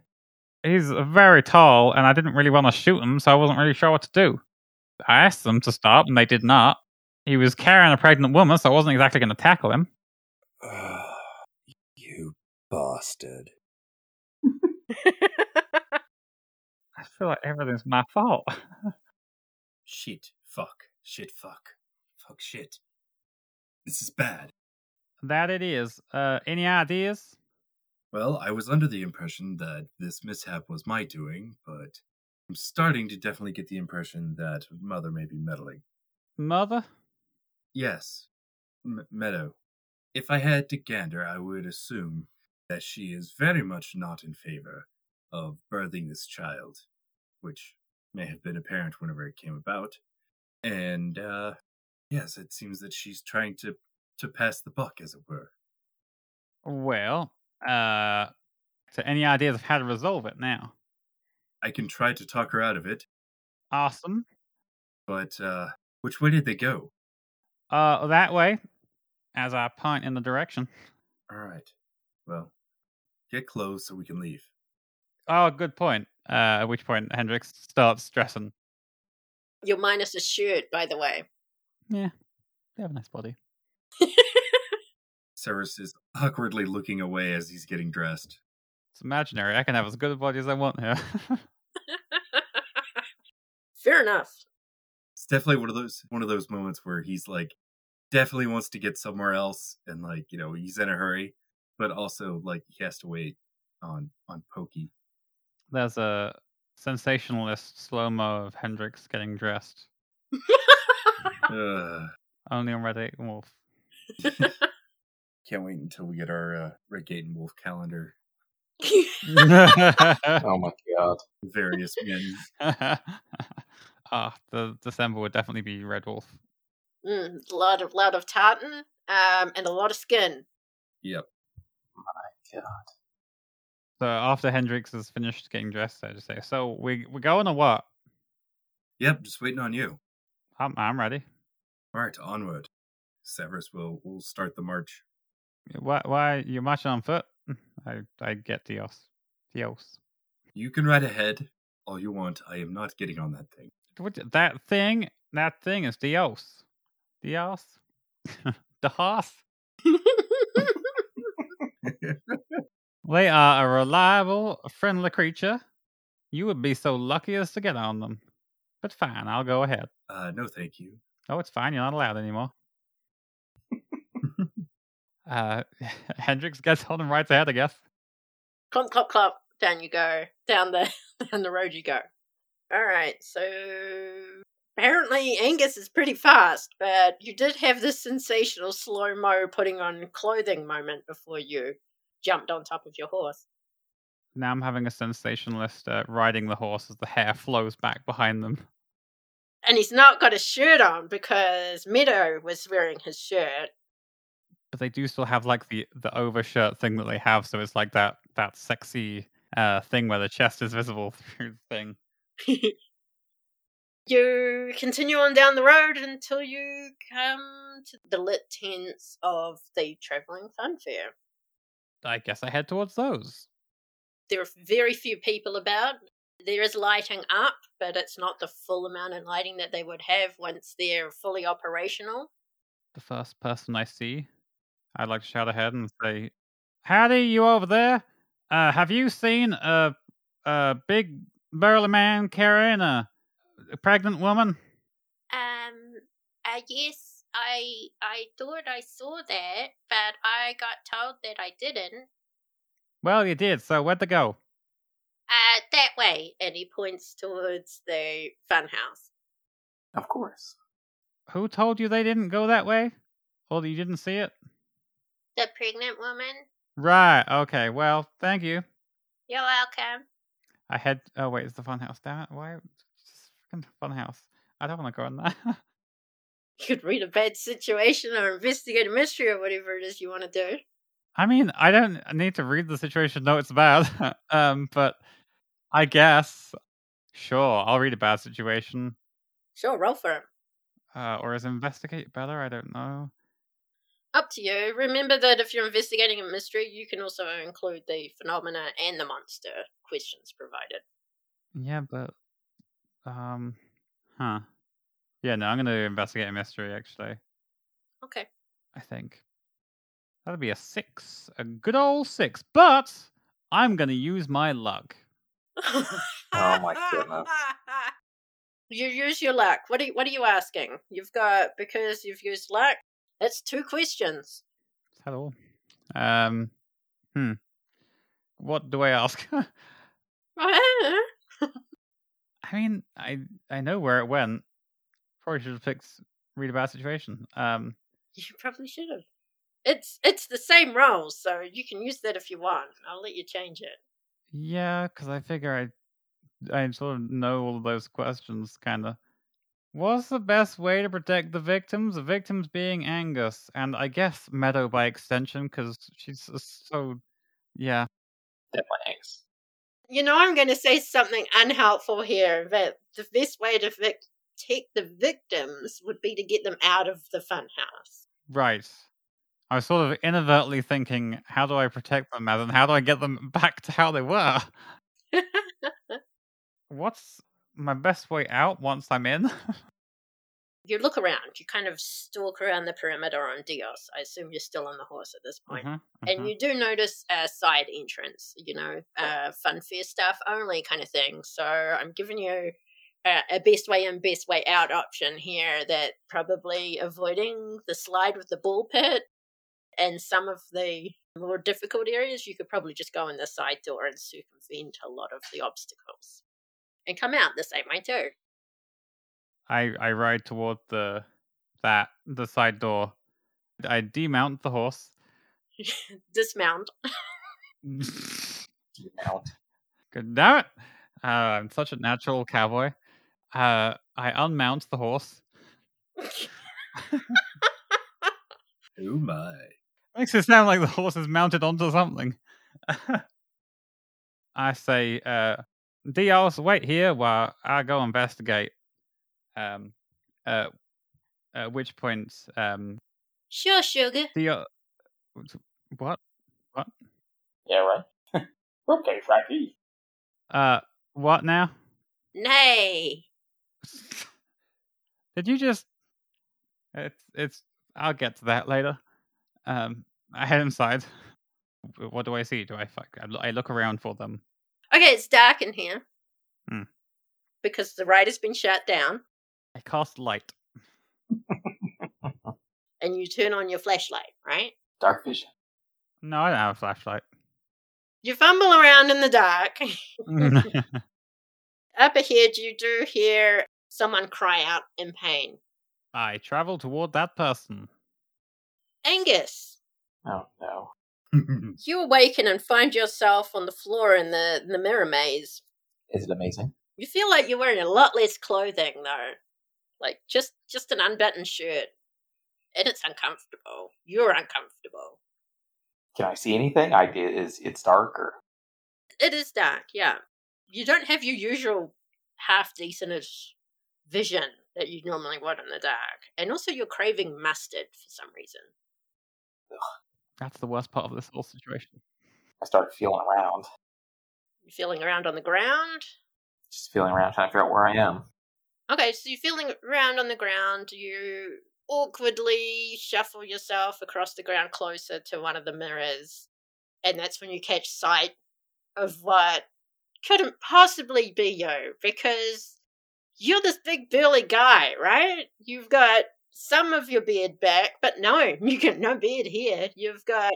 He's very tall, and I didn't really want to shoot him, so I wasn't really sure what to do. I asked them to stop, and they did not. He was carrying a pregnant woman, so I wasn't exactly going to tackle him.
you bastard.
I feel like everything's my fault. <laughs>
Shit, fuck, shit, fuck, fuck, shit. This is bad.
that it is. Uh, any ideas?
Well, I was under the impression that this mishap was my doing, but I'm starting to definitely get the impression that Mother may be meddling.
Mother?
Yes, M- Meadow. If I had to gander, I would assume that she is very much not in favor
of birthing this child, which may have been apparent whenever it came about. And uh, yes, it seems that she's trying to to pass the buck, as it were.
Well, uh, so any ideas of how to resolve it now?
I can try to talk her out of it,
Awesome.
but uh, which way did they go?
Uh, that way, as I point in the direction.
All right. Well, get clothes so we can leave.
Oh, good point. Uh, at which point Hendrix starts stressing.
You're minus a shirt, by the way.
They have a nice body.
Cyrus is <laughs> awkwardly looking away as he's getting dressed.
It's imaginary. I can have as good a body as I want here. <laughs>
Fair enough. <laughs>
It's definitely one of those one of those moments where he's like definitely wants to get somewhere else and like, you know, he's in a hurry, but also like he has to wait on on Pokey.
There's a sensationalist slow mo of Hendrix getting dressed.
Ugh.
Only on Red Eight Wolf. <laughs>
Can't wait until we get our uh, Red Gate and Wolf calendar.
Oh my god.
Various men.
Ah, the December would definitely be Red Wolf.
Mm, a lot of lot of tartan um, and a lot of skin.
Yep.
So after Hendrix is finished getting dressed, I just say, "So we we going or what?"
Yep. Just waiting on you.
I'm I'm ready.
All right. Onward. Severus will will start the march.
Why why you marching on foot? <laughs> I I get Dios. Dios.
You can ride ahead all you want. I am not getting on that thing.
What that thing? That thing is Dios. Dios. <laughs> the horse. They are a reliable, friendly creature. You would be so lucky as to get on them. But fine, I'll go ahead.
Uh, no, thank you.
Oh, it's fine. You're not allowed anymore. <laughs> uh, <laughs> Hendrix gets on and rides ahead, I guess.
<laughs> clomp clomp clomp down you go down the <laughs> down the road you go all right so apparently angus is pretty fast but you did have this sensational slow mo putting on clothing moment before you jumped on top of your horse
Now I'm having a sensationalist uh, riding the horse as the hair flows back behind them.
and he's not got a shirt on because meadow was wearing his shirt
But they do still have like the the overshirt thing that they have, so it's like that that sexy uh thing where the chest is visible <laughs> through the thing.
you continue on down the road until you come to the lit tents of the traveling funfair
I guess I head towards those.
there are very few people about. There is lighting up, but it's not the full amount of lighting that they would have once they're fully operational.
The first person I see, I'd like to shout ahead and say, "Howdy, you over there? Uh, have you seen a a big burly man carrying a, a pregnant woman?"
Um, uh, yes, I I thought I saw that, but I got told that I didn't.
Well, you did. So where'd they go?
Uh, that way. And he points towards the funhouse.
Of course.
Who told you they didn't go that way? Or that you didn't see it?
The pregnant woman.
Right. Okay. Well, thank you.
You're welcome.
I had. Oh wait, it's the fun house. Damn it! Why? Just fucking fun house. I don't want to go in there. <laughs>
You could read a bad situation or investigate a mystery or whatever it is you want to do.
I mean, I don't need to read the situation. No, it's bad. <laughs> um, but I guess sure, I'll read a bad situation.
Sure, roll for him.
Uh, or is investigate better? I don't know.
Up to you. Remember that if you're investigating a mystery, you can also include the phenomena and the monster questions provided.
Yeah, but um, huh? Yeah, no, I'm gonna investigate a mystery. Actually,
Okay.
I think. That'll be a six. A good old six. But I'm going to use my luck.
<laughs> Oh my goodness.
<laughs> You use your luck. What are you, what are you asking? You've got because you've used luck. That's two questions. <laughs>
Hello. Um, hmm. What do I ask? <laughs> I mean, I I know where it went. Probably should have picked read about situation. Um,
you probably should have. It's it's the same role, so you can use that if you want. I'll let you change it.
Yeah, because I figure I, I sort of know all of those questions, kind of. What's the best way to protect the victims? The victims being Angus, and I guess Meadow by extension, because she's just so, yeah.
That my ex.
You know, I'm going to say something unhelpful here, but the best way to vic- protect the victims would be to get them out of the funhouse.
Right. I was sort of inadvertently thinking, how do I protect them, and how do I get them <laughs> back to how they were? What's my best way out once I'm in? <laughs>
You look around. You kind of stalk around the perimeter on Dios. I assume you're still on the horse at this point.
Mhm,
And
mhm.
you do notice a side entrance, you know, uh, fun fair stuff only kind of thing. So I'm giving you a, a best way in, best way out option here that probably avoiding the slide with the ball pit and some of the more difficult areas, you could probably just go in the side door and circumvent a lot of the obstacles and come out the same way too.
I I ride toward the that the side door. I demount the horse. <laughs>
Dismount. <laughs>
Good
You know,
damn it! Uh, I'm such a natural cowboy. Uh, I unmount the horse.
Oh my. <laughs>
Makes it sound like the horse is mounted onto something. <laughs> I say, uh, Dios, wait here while I go investigate. Um, uh, at which point, um,
Sure, sugar.
Dios, what?
Yeah, right. <laughs> okay, Frankie.
Uh, what now? <laughs>
Nay.
Did you just? It's it's. I'll get to that later. Um, I head inside. W- What do I see? Do I fuck? I lo- I look around for them.
Okay, it's dark in here.
Hmm.
Because the ride has been shut down,
I cast light.
and you turn on your flashlight, right?
Dark vision.
No, I don't have a flashlight.
You fumble around in the dark. <laughs>
<laughs> I
Up ahead, you do hear someone cry out in pain.
travel toward that person.
Angus,
Oh no.
you awaken and find yourself on the floor in the, in the mirror maze.
Is it amazing?
You feel like you're wearing a lot less clothing, though. Like, just, just an unbuttoned shirt. And it's uncomfortable. You're uncomfortable.
Can I see anything? I did. Is it's dark or
It is dark, yeah. You don't have your usual half decentish vision that you normally would in the dark. And also you're craving mustard for some reason.
That's the worst part of this whole situation.
I start feeling around,
You're feeling around on the ground.
just feeling around, trying to figure out where I am. <laughs>
Okay, so you're feeling around on the ground, you awkwardly shuffle yourself across the ground closer to one of the mirrors, and that's when you catch sight of what couldn't possibly be you, because you're this big burly guy, right? You've got some of your beard back, but no, <laughs> you got no beard here. You've got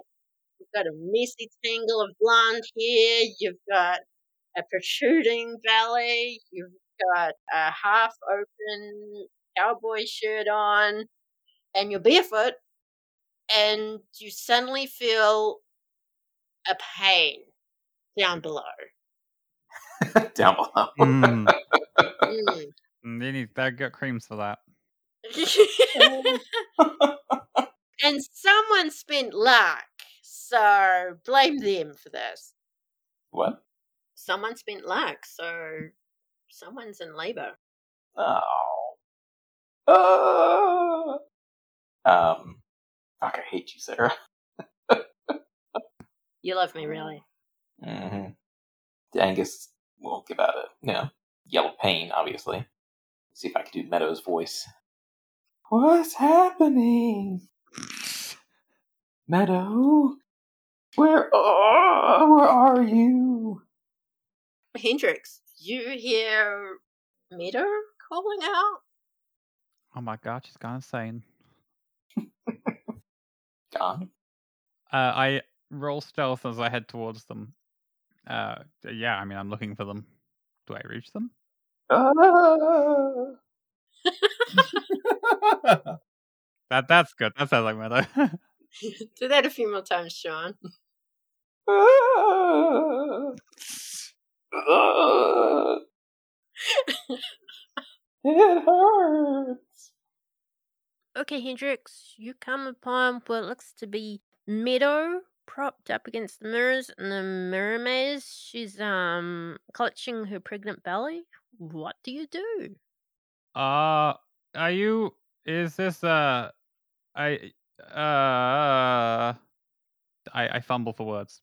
you've got a messy tangle of blonde hair, you've got a protruding belly, you've got a half open cowboy shirt on and you're barefoot and you suddenly feel a pain down below.
Down below.
<laughs> Mm.
Mm. <laughs>
they need. They got creams for that.
and someone spent luck, so blame them for this.
<laughs> What?
Someone spent luck, so someone's in labor.
Oh. Uh, um. Fuck, I hate you, Sarah.
You love me, really.
Mm-hmm. Angus won't give out a you know, yell of pain, obviously. See if I can do Meadow's voice. What's happening? Meadow? Where are, where are you?
Hendrix, you hear Meadow calling out? <laughs>
Oh my god, she's gone insane.
Gone.
Uh, I roll stealth as I head towards them. Uh, yeah, I mean, I'm looking for them. Do I reach them?
Uh, Ah.
That that's good. That sounds like Meadow.
uh,
Do that a few more times, Sean.
Ah. <laughs> It hurts.
Okay, Hendrix, you come upon what looks to be Meadow propped up against the mirrors, and the mirror maze. She's um clutching her pregnant belly. What do you do?
<laughs> Uh, are you? Is this uh, I uh, I I fumble for words.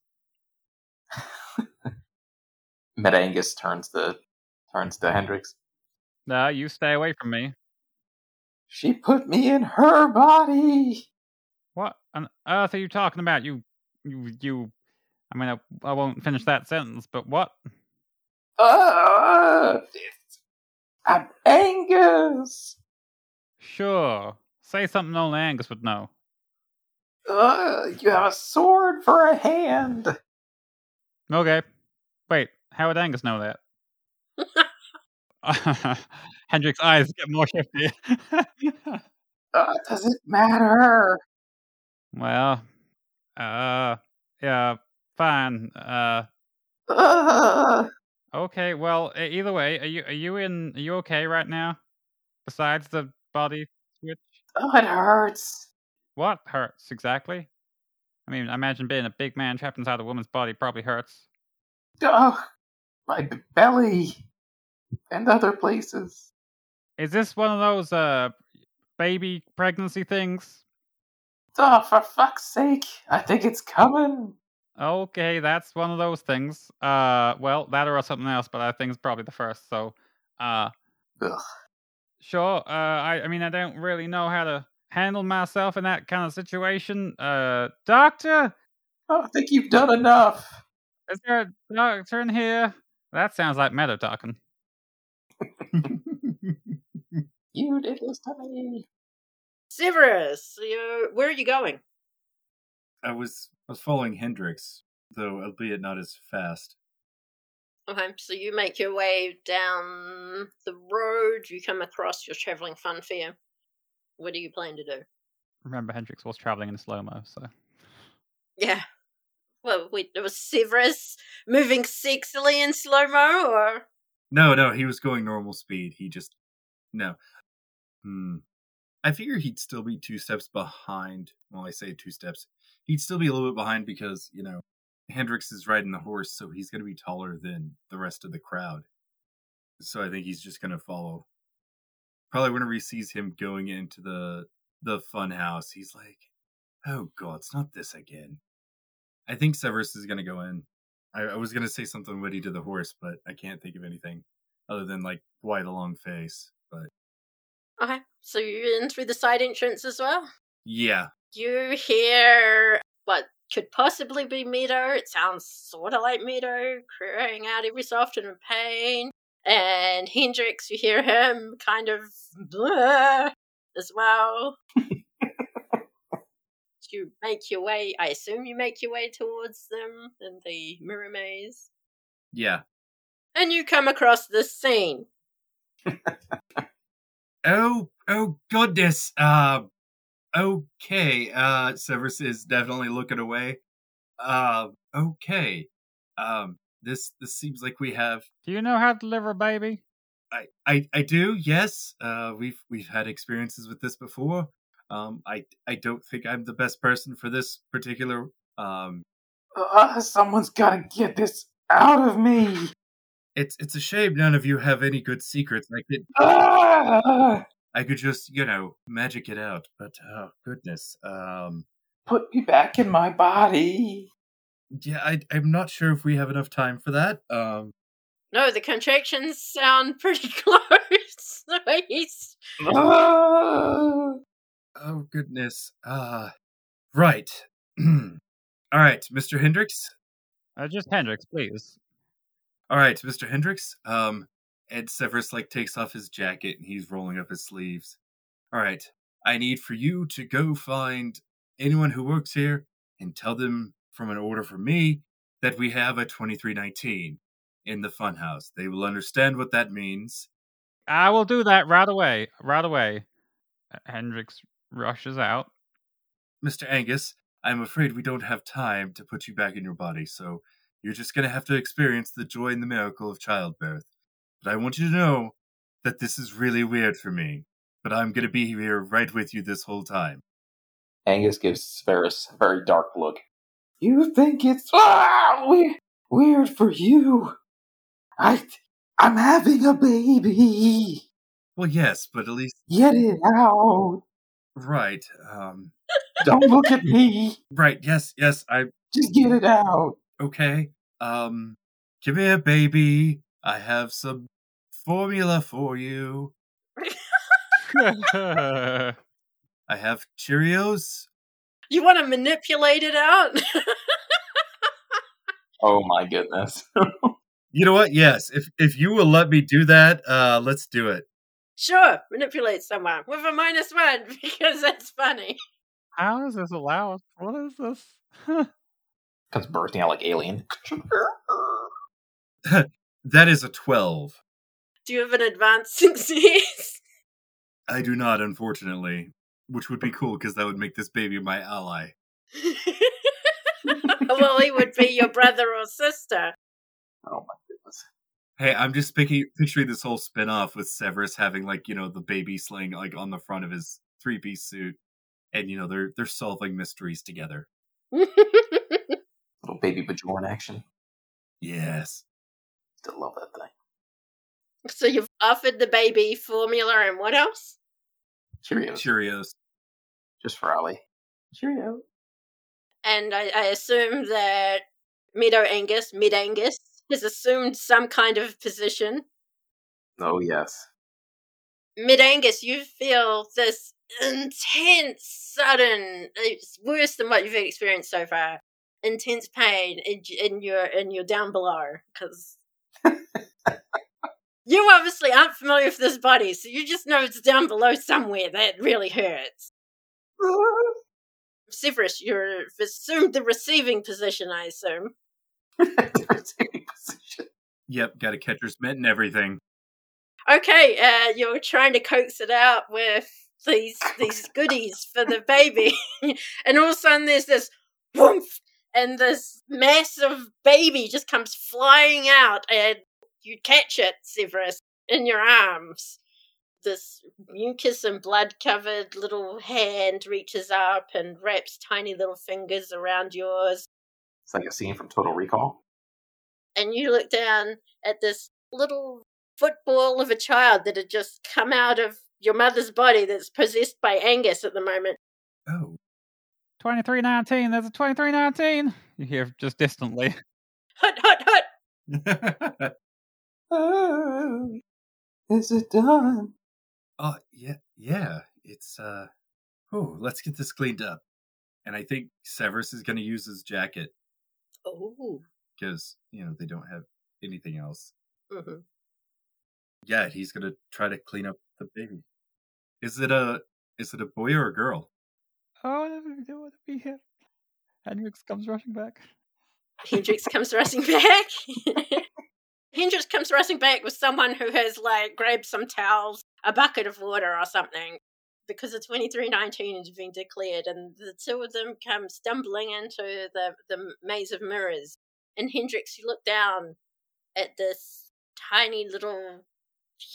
Medangus turns to turns to Hendrix.
Nah, you stay away from me.
She put me in her body.
What on earth are you talking about? You, you, you. I mean, I, I won't finish that sentence, but what?
Uh, I'm Angus.
Sure. Say something only Angus would know.
Uh, you have a sword for a hand.
Okay. Wait, how would Angus know <laughs> that? Hendrick's eyes get more shifty. <laughs>
Uh, does it matter?
well, uh, yeah, fine. Uh,
Uh,
okay. Well, e- either way, are you are you in? Are you okay right now? Besides the body switch,
oh, it hurts.
what hurts exactly? I mean, I imagine being a big man trapped inside a woman's body probably hurts.
Oh, my b- belly and other places.
Is this one of those uh baby pregnancy things?
Oh, for fuck's sake! I think it's coming.
Okay, that's one of those things. Uh, well, that or something else, but I think it's probably the first. So, uh,
Ugh.
sure. Uh, I, I mean, I don't really know how to handle myself in that kind of situation. Uh, doctor,
I don't think you've done enough.
is there a doctor in here? That sounds like Meadow talking.
You did this to me.
Severus, you where are you going?
I was I was following Hendrix, though albeit not as fast.
Okay, so you make your way down the road. You come across your traveling funfair. What do you plan to do?
Remember, Hendrix was traveling in slow mo, so
Yeah. Well, wait, there was Severus moving sexily in slow mo, or
No, no, he was going normal speed. He just no. Hmm. I figure he'd still be two steps behind. Well, I say two steps. He'd still be a little bit behind because you know Hendrix is riding the horse, so he's going to be taller than the rest of the crowd. So I think he's just going to follow. Probably whenever he sees him going into the the fun house, he's like, "Oh God, it's not this again." I think Severus is going to go in. I, I was gonna say something witty to the horse, but I can't think of anything other than like why the long face. But
okay. So you're in through the side entrance as well.
yeah,
You hear what could possibly be Meadow. It sounds sort of like Meadow crying out every so often in pain. And Hendrix, you hear him kind of "Bleh," as well. you make your way, I assume you make your way towards them in the mirror maze.
yeah.
And you come across this scene.
Oh, oh goodness. Uh, okay. Uh, Severus is definitely looking away. Uh, okay. Um, this this seems like we have.
do you know how to deliver a baby?
I I I do. Yes. Uh, we've we've had experiences with this before. Um, I I don't think I'm the best person for this particular um
Uh, someone's gotta get this out of me.
It's it's a shame none of you have any good secrets. I could
Ah!
I could just you know magic it out, but oh goodness, um,
Put me back in my body.
yeah, I I'm not sure if we have enough time for that. Um,
No, the contractions sound <laughs> pretty close. <laughs> the way he's
Ah!
oh goodness, uh, right, <clears throat> all right, Mr. Hendricks,
Uh, just Hendrix, please.
all right, Mr. Hendricks. Um, Ed Severus like takes off his jacket and he's rolling up his sleeves. All right, I need for you to go find anyone who works here and tell them from an order from me that we have a 2319 in the funhouse. They will understand what that means.
I will do that right away. Right away. Uh, Hendrix rushes out.
Mr. Angus, I'm afraid we don't have time to put you back in your body, so you're just going to have to experience the joy and the miracle of childbirth. But I want you to know that this is really weird for me, but I'm going to be here right with you this whole time.
Angus gives Severus a very dark look. You think it's ah, we- weird for you? I, I'm having a baby.
Well, yes, but at least,
Get it out.
right. Um,
Don't look at me.
right. Yes, yes. I,
Just get it out.
okay. Um, come here, baby. I have some formula for you. I have Cheerios.
You want to manipulate it out? <laughs>
Oh my goodness.
You know what? Yes. If if you will let me do that, uh, let's do it.
sure, manipulate someone with a minus one <laughs> because that's funny.
How is this allowed? What is <laughs> this?
Comes bursting out like alien.
That is a twelve.
Do you have an advanced <laughs> success?
I do not, unfortunately. Which would be cool because that would make this baby my ally.
<laughs> well, he would be your brother or sister. <laughs>
Oh
Hey, I'm just picking, picturing this whole spin off with Severus having like you know the baby sling like on the front of his three piece suit, and you know they're they're solving mysteries together.
Little baby Bajoran action.
Yes.
Still love that thing.
so you've offered the baby formula and what else?
Cheerios.
Cheerios.
Just for Ali. Cheerio.
And I, I assume that Meadow Angus, Mid Angus, has assumed some kind of position.
Oh yes.
Mid Angus, you feel this intense, sudden, it's worse than what you've experienced so far. Intense pain in, in your in your down below because you obviously aren't familiar with this body, so you just know it's down below somewhere that really hurts. Severus, you're assumed the receiving position, I assume.
<laughs>
Yep. Got a catcher's mitt and everything.
Okay, uh, you're trying to coax it out with these these goodies for the baby, <laughs> and all of a sudden there's this whoomph, and this massive baby just comes flying out, and you catch it, Severus, in your arms. This mucus and blood covered little hand reaches up and wraps tiny little fingers around yours,
It's like a scene from Total Recall.
and you look down at this little football of a child that had just come out of your mother's body that's possessed by Angus at the moment.
Oh, <laughs>
2319, there's a 2319! You hear just distantly.
Hut, hut, hut!
oh
Oh, is it done?
Uh, yeah, yeah. It's uh, oh, let's get this cleaned up. And I think Severus is going to use his jacket
Oh.
because you know they don't have anything else.
hmm
Yeah, he's going to try to clean up the baby. Is it a is it a boy or a girl?
Oh, I don't want to be here. Hendrix comes rushing back.
Hendrix comes rushing back. <laughs> Hendrix comes rushing back with someone who has, like, grabbed some towels, a bucket of water or something, because the 2319 has been declared, and the two of them come stumbling into the, the maze of mirrors. And Hendrix, you look down at this tiny little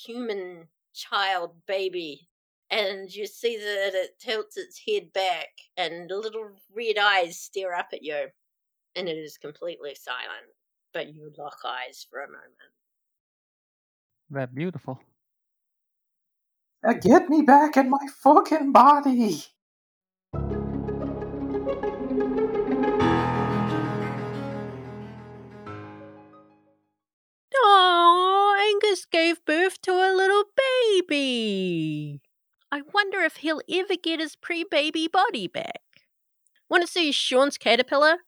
human child baby, and you see that it tilts its head back, and little red eyes stare up at you, and it is completely silent. But you lock eyes for a moment.
They're beautiful.
Now get me back in my fucking body.
Oh, Angus gave birth to a little baby. I wonder if he'll ever get his pre baby body back. Want to see Sean's caterpillar?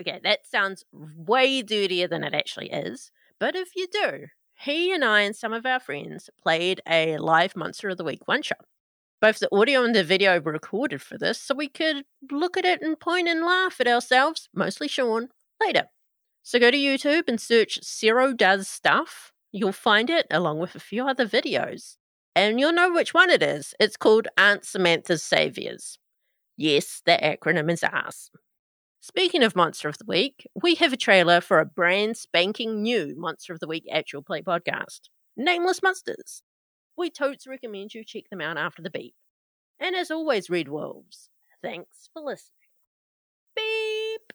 Okay, that sounds way dirtier than it actually is, but if you do, he and I and some of our friends played a live Monster of the Week one shot. Both the audio and the video were recorded for this, so we could look at it and point and laugh at ourselves, mostly Sean, later. So go to YouTube and search Zero Does Stuff. You'll find it along with a few other videos. And you'll know which one it is. It's called Aunt Samantha's Saviors. Yes, the acronym is ARS. Speaking of Monster of the Week, we have a trailer for a brand spanking new Monster of the Week actual play podcast Nameless Monsters.
We totes recommend you check them out after the beep. And as always, Red Wolves, thanks for listening. Beep!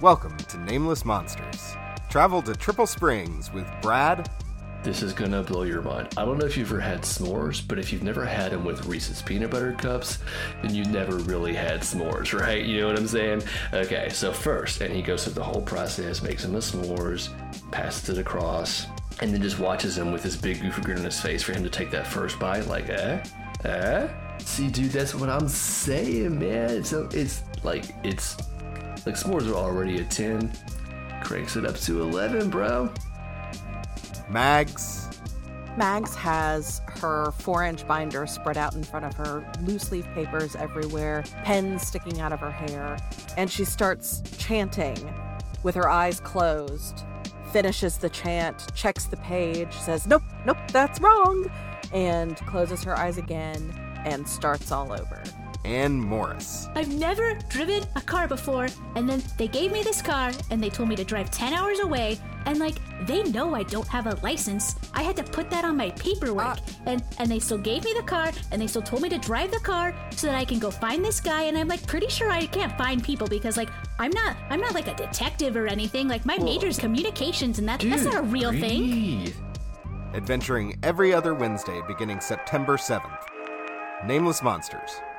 Welcome to Nameless Monsters. Travel to Triple Springs with Brad,
This is gonna blow your mind. I don't know if you've ever had s'mores, but if you've never had them with Reese's peanut butter cups, then you never really had s'mores, <laughs> right? You know what I'm saying? Okay, so first, and he goes through the whole process, makes them the s'mores, passes it across, and then just watches him with this big goofy grin on his face for him to take that first bite, like, eh? Eh? See, dude, that's what I'm saying, man. So it's like, it's like s'mores are already a 10, cranks it up to 11, bro.
Mags,
Mags has her four inch binder spread out in front of her, loose leaf papers everywhere, pens sticking out of her hair, and she starts chanting with her eyes closed. Finishes the chant, checks the page, says, Nope, nope, that's wrong, and closes her eyes again and starts all over.
and Morris.
I've never driven a car before, and then they gave me this car, and they told me to drive 10 hours away, and like, they know I don't have a license. I had to put that on my paperwork,
Ah.
and, and they still gave me the car, and they still told me to drive the car so that I can go find this guy, and I'm like, pretty sure I can't find people because like, I'm not, I'm not like a detective or anything. Like, my major's communications, and that, that's not a real thing.
thing.
Adventuring every other Wednesday beginning September 7th. Nameless Monsters,